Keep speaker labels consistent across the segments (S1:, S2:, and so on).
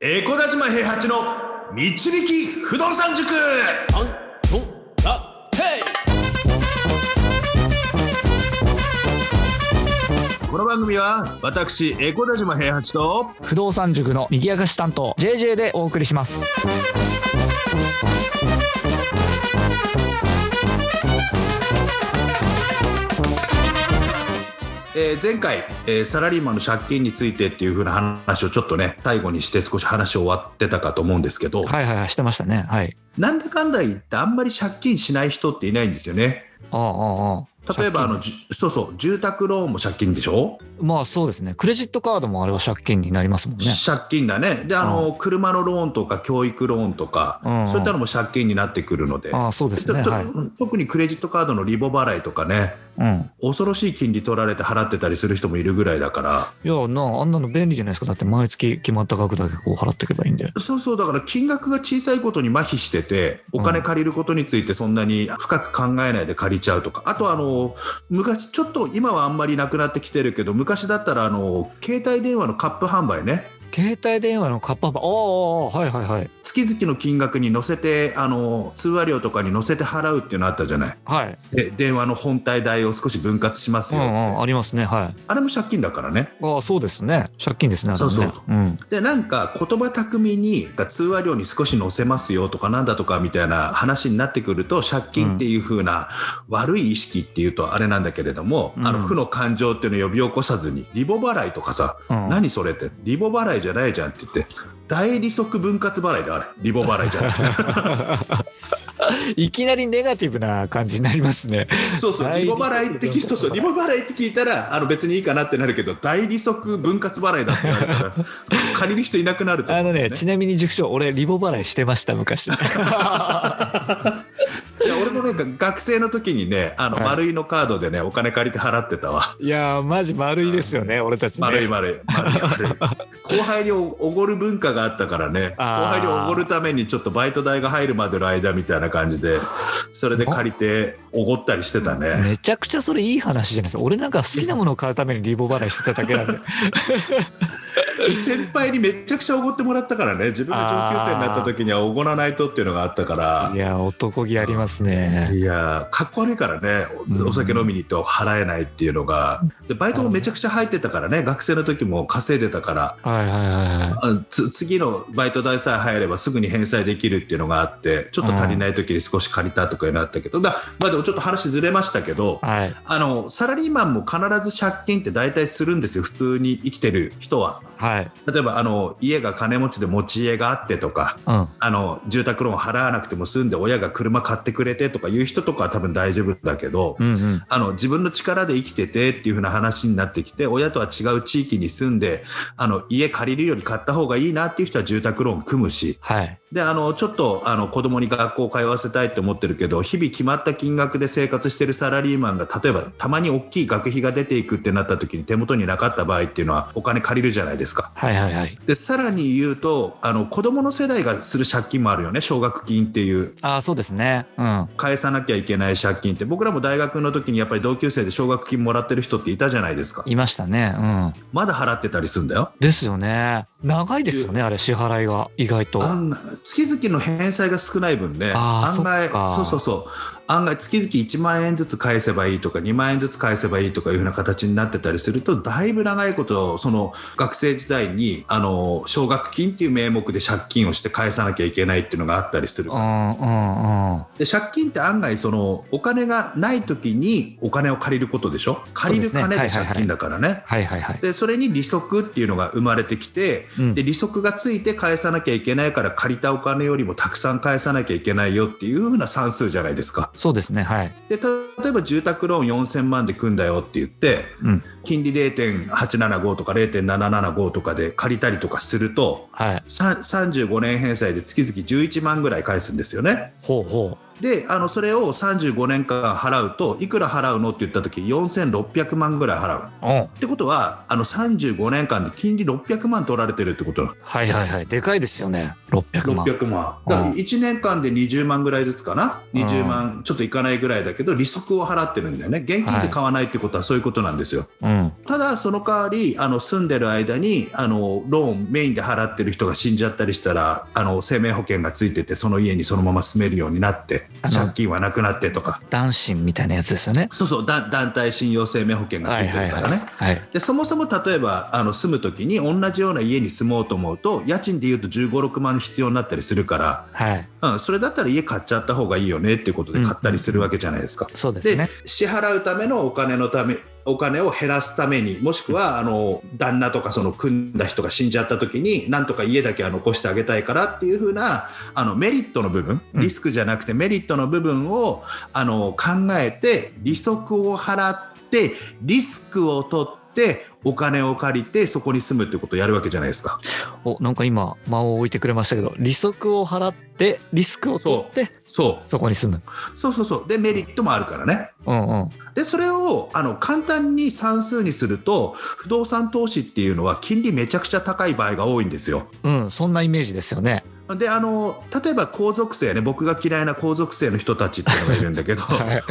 S1: エコダ島平八の導き不動産塾
S2: アントラテ
S1: この番組は私エコダ島平八と
S3: 不動産塾の賑やかし担当 JJ でお送りします
S1: えー前回、えーサラリーマンの借金についてっていう風な話をちょっとね最後にして少し話を終わってたかと思うんですけど、
S3: はいはいはいしてましたねはい
S1: なんだかんだ言ってあんまり借金しない人っていないんですよね
S3: ああああああ
S1: 例えばあ
S3: 借
S1: のじそうそう住宅ローンも借金でしょ、
S3: 金まあそうですねクレジットカードもあれは借金になりますもんね
S1: 借金だねであの、車のローンとか教育ローンとか、
S3: うん
S1: そういったのも借金になってくるので
S3: ああそうですね
S1: とと
S3: はい、
S1: 特にクレジットカードのリボ払いとかね
S3: うん、
S1: 恐ろしい金利取られて払ってたりする人もいるぐらいだか
S3: いやなあんなの便利じゃないですかだって毎月決まった額だけこう払っていけばいいんで
S1: らそうそうだから金額が小さいことに麻痺しててお金借りることについてそんなに深く考えないで借りちゃうとかあとあの昔ちょっと今はあんまりなくなってきてるけど昔だったらあの携帯電話のカップ販売ね
S3: 携帯電話のカッパーバーああああはいはいはい
S1: 月々の金額に乗せてあの通話料とかに乗せて払うっていうのあったじゃない
S3: はい
S1: で電話の本体代を少し分割します
S3: う
S1: よ、
S3: んうんありますねはい
S1: あれも借金だからね
S3: ああそうですね借金ですねあれもね
S1: そうそう
S3: うん
S1: でなんか言葉巧みに通話料に少し載せますよとかなんだとかみたいな話になってくると借金っていう風な悪い意識っていうとあれなんだけれども、
S3: うん
S1: あの負の感情っていうのを呼び起こさずにリボ払いとかさ、
S3: うん
S1: 何それってリボ払いじゃないじゃんって言って大利息分割払いであれリボ払いじゃなくて
S3: いきなりネガティブな感じになりますね
S1: そうそう
S3: 大
S1: リ
S3: 利
S1: ボ
S3: 息分割
S1: 払いって聞いそうそうリボ払いって聞いたらあの別にいいかなってなるけど大利息分割払いだってなるから 借りる人いなくなると思
S3: あ
S1: うんだ
S3: の
S1: よ
S3: ね、ちなみに塾長、俺、リボ払いしてました、昔。
S1: いや俺もねが学生の時にねあの、
S3: はい
S1: 丸いのカードでねお金借りて払ってた わ
S3: いやー、マジ丸いですよね、俺たちね。
S1: 丸い丸い丸い丸い後輩におおごる文化があったからね後
S3: あ
S1: 輩
S3: ー
S1: におごるためにちょっとバイト代が入るまでの間みたいな感じでそれで借りておごったりしてたね
S3: めちゃくちゃそれいい話じゃないですか。俺なんか好きなものを買うためにリボ払いしてただけなんで。
S1: 先輩にめちゃくちゃおごってもらったからね自分が上級生になった時にはおごらないとっていうのがあったから
S3: いやー、男気ありますね。
S1: いやーかっこ悪いからね
S3: うん
S1: おお酒飲みに行って払えないっていうのがでバイトもめちゃくちゃ入ってたからね学生の時も稼いでたから
S3: はいはいはいは
S1: あつ次のバイト代さえ入ればすぐに返済できるっていうのがあってちょっと足りない時に少し借りたとかになったけど、だまあでもちょっと話ずれましたけど
S3: い。はい。
S1: あのサラリーマンも必ず借金って大体するんですよ普通に生きてる人は
S3: はい。
S1: 例えばあの家が金持ちで持ち家があってとか
S3: うん。
S1: あの住宅ローン払わなくても済んで親が車買ってくれてとかいう人とかは多分大丈夫だけど、
S3: うんうん。
S1: あの自分の力で生きててっていう風な話になってきて親とは違う地域に住んであの家借りるより買った方がいいなっていう人は住宅ローン組むし
S3: はい。
S1: であのちょっとあの子供に学校通わせたいって思ってるけど日々決まった金額で生活してるサラリーマンが例えばたまに大きい学費が出ていくってなった時に手元になかった場合っていうのはお金借りるじゃないですか。
S3: はいはいはい。
S1: でさらに言うとあの子供の世代がする借金もあるよね奨学金っていう
S3: ああ、そうですね。うん。
S1: 返さなきゃいけない借金って僕らも大学の時にやっぱり同級生で奨学金もらってる人っていたじゃないですか
S3: いましたね。うん。
S1: まだ払ってたりするんだよ
S3: ですよね。長いですよね、あれ、支払いが。意外と。
S1: あんな月々の返済が少ない分ね
S3: あー
S1: 案外
S3: そっか
S1: そうそうそう案外月々1万円ずつ返せばいいとか2万円ずつ返せばいいとかいうふうな形になってたりするとだいぶ長いことその学生時代にあの奨学金っていう名目で借金をして返さなきゃいけないっていうのがあったりする
S3: う
S1: から
S3: んうんうん。
S1: で借金って案外そのお金がない時にお金を借りることでしょ借りる金で
S3: そう
S1: 借
S3: ですねはいはいはい
S1: 金だからね。
S3: はいはいはい。
S1: でそれに利息っていうのが生まれてきて、
S3: うん
S1: で利息がついて返さなきゃいけないから借りたお金よりもたくさん返さなきゃいけないよっていう風な算数じゃないですか
S3: そうですね。はい。
S1: でた例えば住宅ローン4000万で組んだよって言って
S3: うん。
S1: 金利0.875とか0.775とかで借りたりとかすると
S3: はい。
S1: さ35年返済で月々11万ぐらい返すんですよね
S3: ほうほう。
S1: であのそれを35年間払うといくら払うのって言った時4600万ぐらい払う。
S3: うん。
S1: ってことはあの35年間で金利600万取られてるってことなの
S3: はいはいはい。でかいですよね。600万。
S1: 600万だから
S3: うん
S1: 1年間で20万ぐらいずつかな
S3: うん
S1: 20万ちょっといかないぐらいだけど利息を払ってるんだよね現金で買わないってことはそういうことなんですよ、
S3: うん。
S1: ただその代わりあの住んでる間にあのローンメインで払ってる人が死んじゃったりしたらあの生命保険がついててその家にそのまま住めるようになって
S3: あの
S1: 借金はなくなってとか
S3: 男子みたいなやつですよね。
S1: そうそうだ団体信用生命保険がつ
S3: はい
S1: いて
S3: はい
S1: る
S3: は
S1: か
S3: い。
S1: らね。
S3: はい。
S1: でそもそも例えばあの住む時に同じような家に住もうと思うと家賃でいうと1 5 6万必要になったりするか
S3: はい。
S1: ら、うん、それだったら家買っちゃった方がいいよねっていうことで買ったりするわけじゃないですか。
S3: そうです
S1: で
S3: ね。
S1: 支払うためのお金のためお金を減らすためにもしくはあの旦那とかその組んだ人が死んじゃった時になんとか家だけは残してあげたいからっていう風なあのメリットの部分
S3: うん
S1: リスクじゃなくてメリットの部分をあの考えて利息を払ってリスクを取ってお金を借りてそこに住むってことをやるわけじゃないですか。
S3: お、なんか今、間を置いてくれましたけど、利息を払って、リスクを取って、
S1: そ
S3: そこに住む。
S1: うそうそうそうでメリットもあるからね。
S3: うんうん。
S1: でそれをあの簡単に算数にすると不動産投資っていうのは金利めちゃくちゃ高い場合が多いんですよ。
S3: うん、そんなイメージですよね。
S1: であの例えば皇族生ね僕が嫌いな皇族生の人たちっていうのがいるんだけど
S3: はい。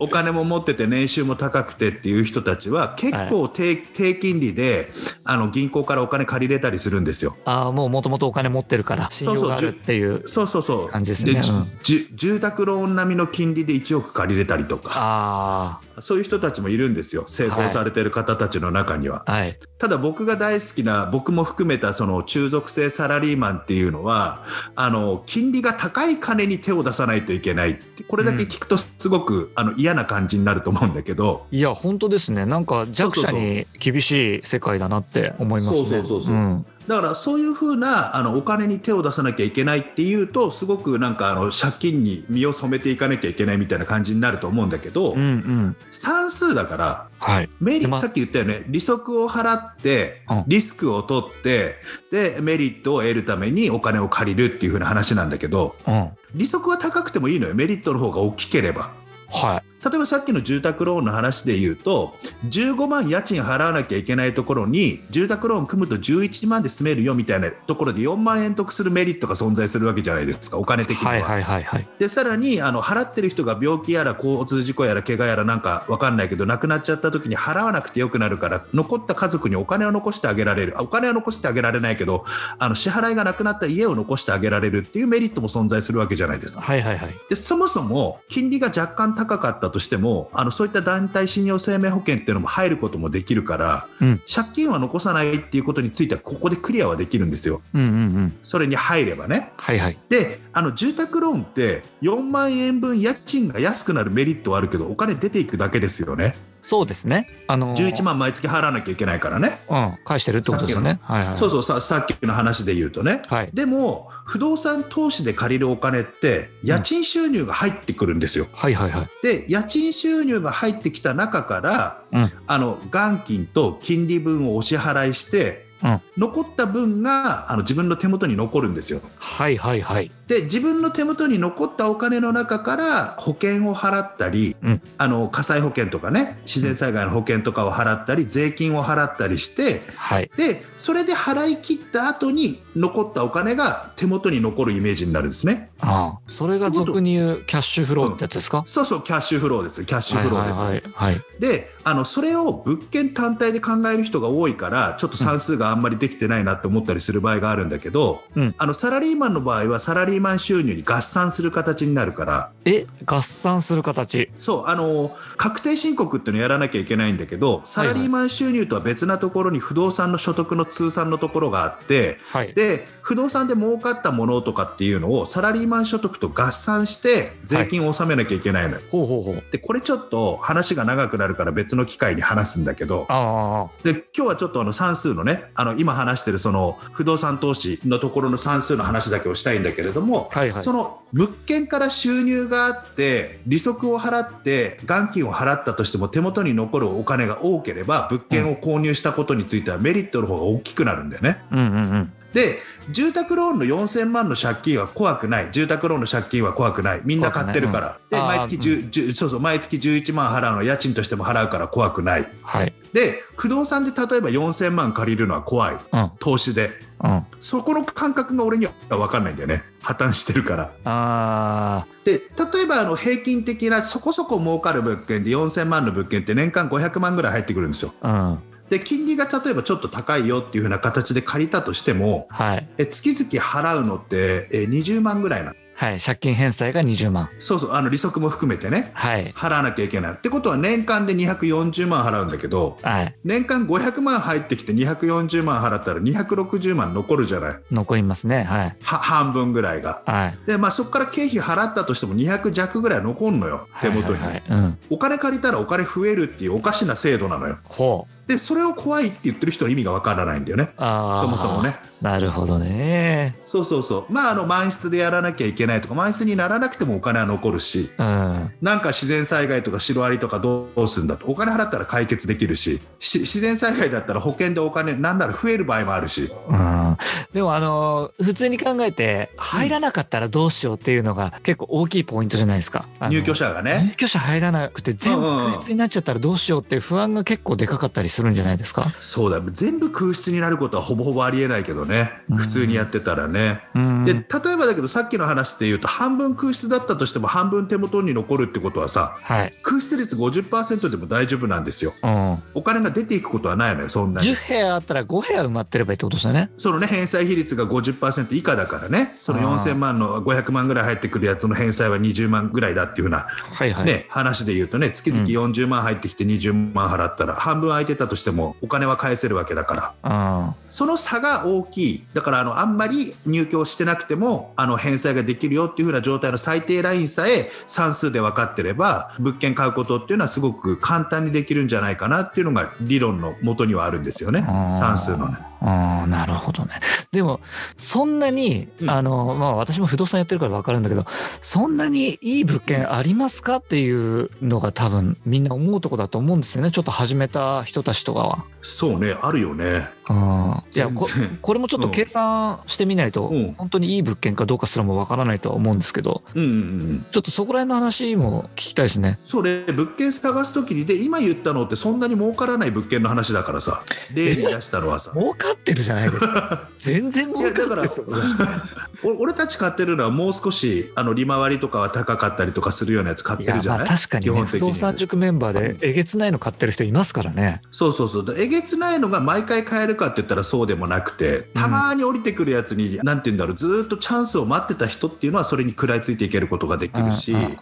S1: おお金も持ってて年収も高くてっていう人たちは結構低,、低金利であの銀行からお金借りれたりするんですよ。
S3: ああ、もうもともとお金持ってるから、信用があるっていう。
S1: そうそうそう
S3: 感じですね
S1: じ
S3: うん
S1: じ住宅ローン並みの金利で1億借りれたりとか
S3: あ
S1: そういう人たちもいるんですよ成功されてる方たちの中には。
S3: あ、はい。
S1: ただ僕が大好きな僕も含めたその中属性サラリーマンっていうのはあの金利が高い金に手を出さないといけないってこれだけ聞くとすごく、あの嫌な感じになると思うんだけど。
S3: いや、本当ですね。なんか弱者に厳しい世界だなって思います
S1: そ
S3: ね。
S1: うそうそうそう
S3: うん。
S1: だからそういうふうなあのお金に手を出さなきゃいけないっていうとすごくなんかあの借金に身を染めていかなきゃいけないみたいな感じになると思うんだけど、
S3: うんうん。
S1: 算数だから
S3: はい。
S1: メリ
S3: で
S1: ッ
S3: ま
S1: トさっき言ったよね利息を払って
S3: うん
S1: リスクを取ってでメリットを得るためにお金を借りるっていう風な話なんだけど
S3: うん。はい。
S1: 利息は高くてもいいのよメリットの方が大きければ。例えばさっきの住宅ローンの話で言うと15万家賃払わなきゃいけないところに住宅ローン組むと11万で住めるよみたいなところで4万円得するメリットが存在するわけじゃないですかお金的には。
S3: はいはいはいはい。
S1: でさらにあの払ってる人が病気やら交通事故やら怪我やらなんかわかんないけど亡くなっちゃった時に払わなくてよくなるから残った家族にお金を残してあげられるあお金は残してあげられないけどあの支払いがなくなった家を残してあげられるっていうメリットも存在するわけじゃないですか。
S3: はいはいはい。
S1: でそもそも金利が若干高かったとしてもあのそういった団体信用生命保険っていうのも入ることもできるから、
S3: うん
S1: 借金は残さないっていうことについてはここでクリアはできるんですよ
S3: うんうんうん。
S1: それに入ればね。
S3: はいはい。
S1: であの住宅ローンって4万円分家賃が安くなるメリットはあるけどお金出ていくだけですよね
S3: そうですね。あのー
S1: 11万毎月払わなきゃいけないからね、
S3: うん、返してるってことですよね。はいはい。
S1: そうそうささっきの話で言うとね
S3: はい。
S1: でも不動産投資で借りるお金って家賃収入が入ってくるんですよ、
S3: はいはいはい。
S1: で家賃収入が入ってきた中から、
S3: うん
S1: あの元金と金利分をお支払いして、
S3: うん
S1: 残った分があの自分の手元に残るんですよ
S3: はいはいはい。
S1: で自分の手元に残ったお金の中から保険を払ったり、
S3: うん
S1: あの火災保険とかね自然災害の保険とかを払ったり税金を払ったりして
S3: はい。
S1: でそれで払い切った後に残ったお金が手元に残るイメージになるんですね
S3: ああ。それが俗に言うキャッシュフローってやつですか、
S1: そうそうキャッシュフローですキャッシュフローです、
S3: はいはいはい。
S1: であのそれを物件単体で考える人が多いからちょっと算数があんまりできてないなって思ったりする場合があるんだけど、
S3: うん
S1: あのサラリーマンの場合はサラリーマン収入に合算する形になるから
S3: え、合算する形。
S1: そうあの確定申告っていうのをやらなきゃいけないんだけどサラリーマン収入とは別なところに不動産の所得の通算のところがあって
S3: はい。
S1: で不動産で儲かったものとかっていうのをサラリーマン所得と合算して税金を納めなきゃいけないのよ。
S3: ほうほうほう。
S1: でこれちょっと話が長くなるから別の機会に話すんだけど
S3: あ
S1: で今日はちょっとあの算数のねあの今話してるその不動産投資のところの算数の話だけをしたいんだけれども、
S3: あ。はいはい
S1: そ。の物件から収入があって利息を払って元金を払ったとしても手元に残るお金が多ければ物件を購入したことについてはメリットの方が大きくなるんだよね。
S3: うんうんうん。
S1: で住宅ローンの4000万の借金は怖くない住宅ローンの借金は怖くないみんな買ってるから、
S3: 怖くない
S1: で
S3: う
S1: 毎
S3: ん
S1: 月
S3: あー
S1: 10、10そうそう毎月11万払うのは家賃としても払うから怖くない
S3: はい。
S1: で不動産で例えば4000万借りるのは怖い
S3: うん。うん。
S1: 投資で
S3: あ
S1: そこの感覚が俺には分かんないんだよね破綻してるから。
S3: あ
S1: で例えばあの平均的なそこそこ儲かる物件で4000万の物件って年間500万ぐらい入ってくるんですよ。
S3: ー。うん。
S1: で金利が例えばちょっと高いよっていう風な形で借りたとしても
S3: はい。
S1: え月々払うのってえ20万ぐらいなの
S3: はい。借金返済が20万。
S1: そうそうあの利息も含めてね
S3: はい。
S1: 払わなきゃいけないってことは年間で240万払うんだけど
S3: はい。
S1: 年間500万入ってきて240万払ったら260万残るじゃない
S3: 残りますね。はい。
S1: は半分ぐらいが。
S3: はい。
S1: でまあ、そこから経費払ったとしても200弱ぐらい残るのよ手元に、
S3: はいはいはいうん。
S1: お金借りたらお金増えるっていうおかしな制度なのよ
S3: ほう。
S1: でそれを怖いって言ってる人の意味がわからないんだよね
S3: ああ。
S1: そもそもね。
S3: なるほどね。
S1: そうそうそうまああの満室でやらなきゃいけないとか満室にならなくてもお金は残るし
S3: うん。
S1: なんか自然災害とかシロアリとかどうすんだとお金払ったら解決できるしし自然災害だったら保険でお金なんなら増える場合もあるし
S3: うん、でもあのー普通に考えて入らなかったらどうしようっていうのが結構大きいポイントじゃないですか。あの
S1: 入居者が
S3: 入
S1: ね
S3: 居者入らなくて全部空室になっちゃったらどうしようっていう不安が結構でかかったりするんじゃないですか。
S1: そうだ全部空室になることはほぼほぼありえないけどね
S3: うん
S1: 普通にやってたらね
S3: うん
S1: で例えばだけどさっきの話で言うと半分空室だったとしても半分手元に残るってことはさ
S3: はい。
S1: 空室率50%でも大丈夫なんですよ
S3: うん。
S1: お金が出ていくことはないのよそんな
S3: 10
S1: に
S3: 部屋あったら5部屋埋まってればいいってことですよね。
S1: そのね返済比率が50%以下だからねその
S3: あー
S1: 4000万の500万ぐらい入ってくるやつの返済は20万ぐらいだっていうふうな、
S3: はいはい。
S1: ね話で言うとね月々40万入ってきて20万払ったら、半分空いてたとしてもお金は返せるわけだから
S3: うん。
S1: その差が大きいだからあのあんまり入居してなくてもあの返済ができるよっていうふうな状態の最低ラインさえ算数で分かってれば物件買うことっていうのはすごく簡単にできるんじゃないかなっていうのが理論の元にはあるんですよね
S3: あー
S1: 算数のね。
S3: ああ、なるほどね。でも、そんなに、
S1: うん
S3: あの、まあ私も不動産やってるからわかるんだけど、そんなにいい物件ありますかっていうのが多分みんな思うとこだと思うんですよね。ちょっと始めた人たちとかは。
S1: そうねあるよね。
S3: うん。いや、
S1: 全然
S3: ここれもちょっと計算してみないと、
S1: うん
S3: 本当にいい物件かどうかすらもわからないとは思うんですけど、
S1: うんうんうん、
S3: ちょっとそこら辺の話も聞きたいですね。
S1: それ物件探す時にで今言ったのってそんなに儲からない物件の話だからさ例に出したのはさ
S3: 儲かってるじゃないですか。 全然儲かってるですよ
S1: いやだお俺たち買ってるのはもう少しあの利回りとかは高かったりとかするようなやつ買っ
S3: い
S1: てる
S3: や
S1: じゃ
S3: ま
S1: な
S3: あ
S1: い
S3: 確かに
S1: 基
S3: ね
S1: 本的
S3: 不
S1: に
S3: 動産塾メンバーでえげつないの買ってる人いますからね。
S1: そうそうそうでえげつないのが毎回買えるかって言ったらそうでもなくてたまに降りてくるやつに、なんて言うんだろうずーっとチャンスを待ってた人っていうのはそれに食らいついていけることができるし。
S3: うんうんうん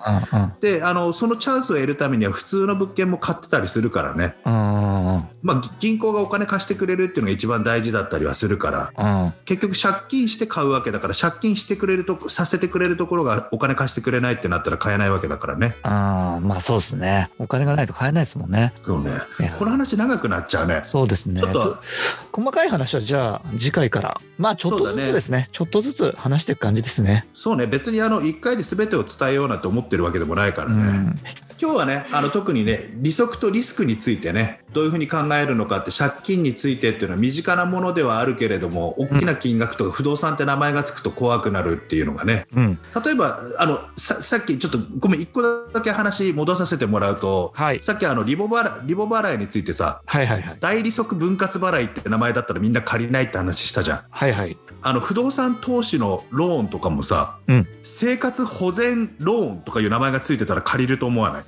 S1: であのそのチャンスを得るためには普通の物件も買ってたりするからね、
S3: うんうん
S1: まあ、ぎ銀行がお金貸してくれるっていうのが一番大事だったりはするから
S3: うん
S1: 結局借金して買うわけだから借金してくれるとこさせてくれるところがお金貸してくれないってなったら買えないわけだからね
S3: あーまあそうですねお金がないと買えないですもんね
S1: そうね
S3: いや
S1: この話長くなっちゃうね
S3: そうですね
S1: ちょっと
S3: ちょ細かい話はじゃあ次回からまあちょっとず
S1: そうだ
S3: つ
S1: ね
S3: ですねちょっとずつ話していく感じですね
S1: そうね別にあの1回で全てを伝えようなんて思ってるわけでもないから
S3: う
S1: ね、
S3: ん
S1: 今日はねあの特にね利息とリスクについてねどういうふうに考えるのかって借金についてっていうのは身近なものではあるけれども大きな金額とか不動産って名前がつくと怖くなるっていうのがね
S3: うん
S1: 例えばあのささっきちょっとごめん1個だけ話戻させてもらうと
S3: はい
S1: さっきあのリボ払いリボ払いについてさ
S3: はいはいはい
S1: 大利息分割払いって名前だったらみんな借りないって話したじゃん
S3: はいはい
S1: あの不動産投資のローンとかもさ、
S3: うん
S1: 生活保全ローンとかいう名前がついてたら借りると思わない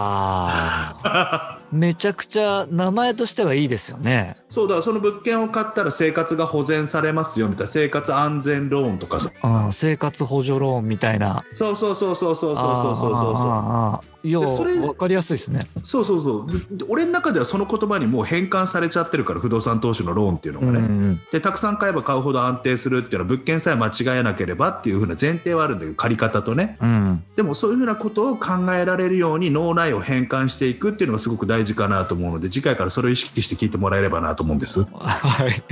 S3: ああめちゃくちゃ名前としてはいいですよね
S1: そうだその物件を買ったら生活が保全されますよみたいな生活安全ローンとかさ
S3: うん生活補助ローンみたいな
S1: そうそうそうそうそうそうそうそうそうそう
S3: あーあーあーいや
S1: でそれ
S3: わかりやすいですね
S1: そうそうそうで俺の中ではその言葉にもう変換されちゃってるから不動産投資のローンっていうのが
S3: うん
S1: ね、
S3: うん
S1: でたくさん買えば買うほど安定するっていうのは物件さえ間違えなければっていうふうな前提はあるんだけど借り方とね
S3: うん
S1: でもそういうふうなことを考えられるように脳内を変換していくっていうのがすごく大事かなと思うので次回からそれを意識して聞いてもらえればなと思うんです。
S3: はい。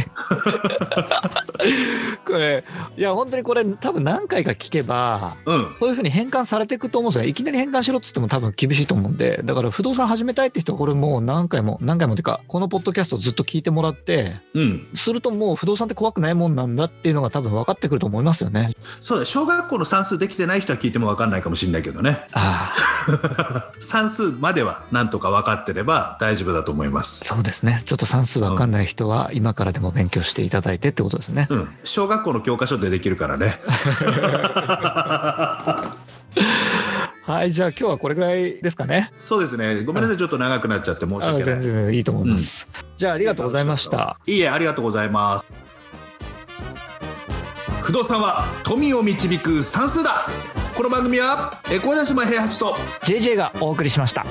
S3: これいや本当にこれ多分何回か聞けば
S1: うん
S3: こういうふうに変換されていくと思うんですよねいきなり変換しろっつっても多分厳しいと思うんでだから不動産始めたいって人はこれもう何回も何回もっていうかこのポッドキャストずっと聞いてもらって
S1: うん
S3: するともう不動産って怖くないもんなんだっていうのが多分分かってくると思いますよね。
S1: そうだ小学校の算数できてない人は聞いても分かんないかもしれないけどね
S3: ああ
S1: 算数まではなんとか分かってれば大丈夫だと思います
S3: そうですねちょっと算数分かんない人は今からでも勉強していただいてってことですね。
S1: うん小学校の教科書でできるからね
S3: はいじゃあ今日はこれぐらいですかね。
S1: そうですねごめんなさいちょっと長くなっちゃって申し訳
S3: あ全
S1: ない
S3: 然全然いいと思います。じゃあありがとうございました。
S1: いいえありがとうございます不動産は富を導く算数だこの番組はえ小林島平八と
S3: JJ がお送りしました。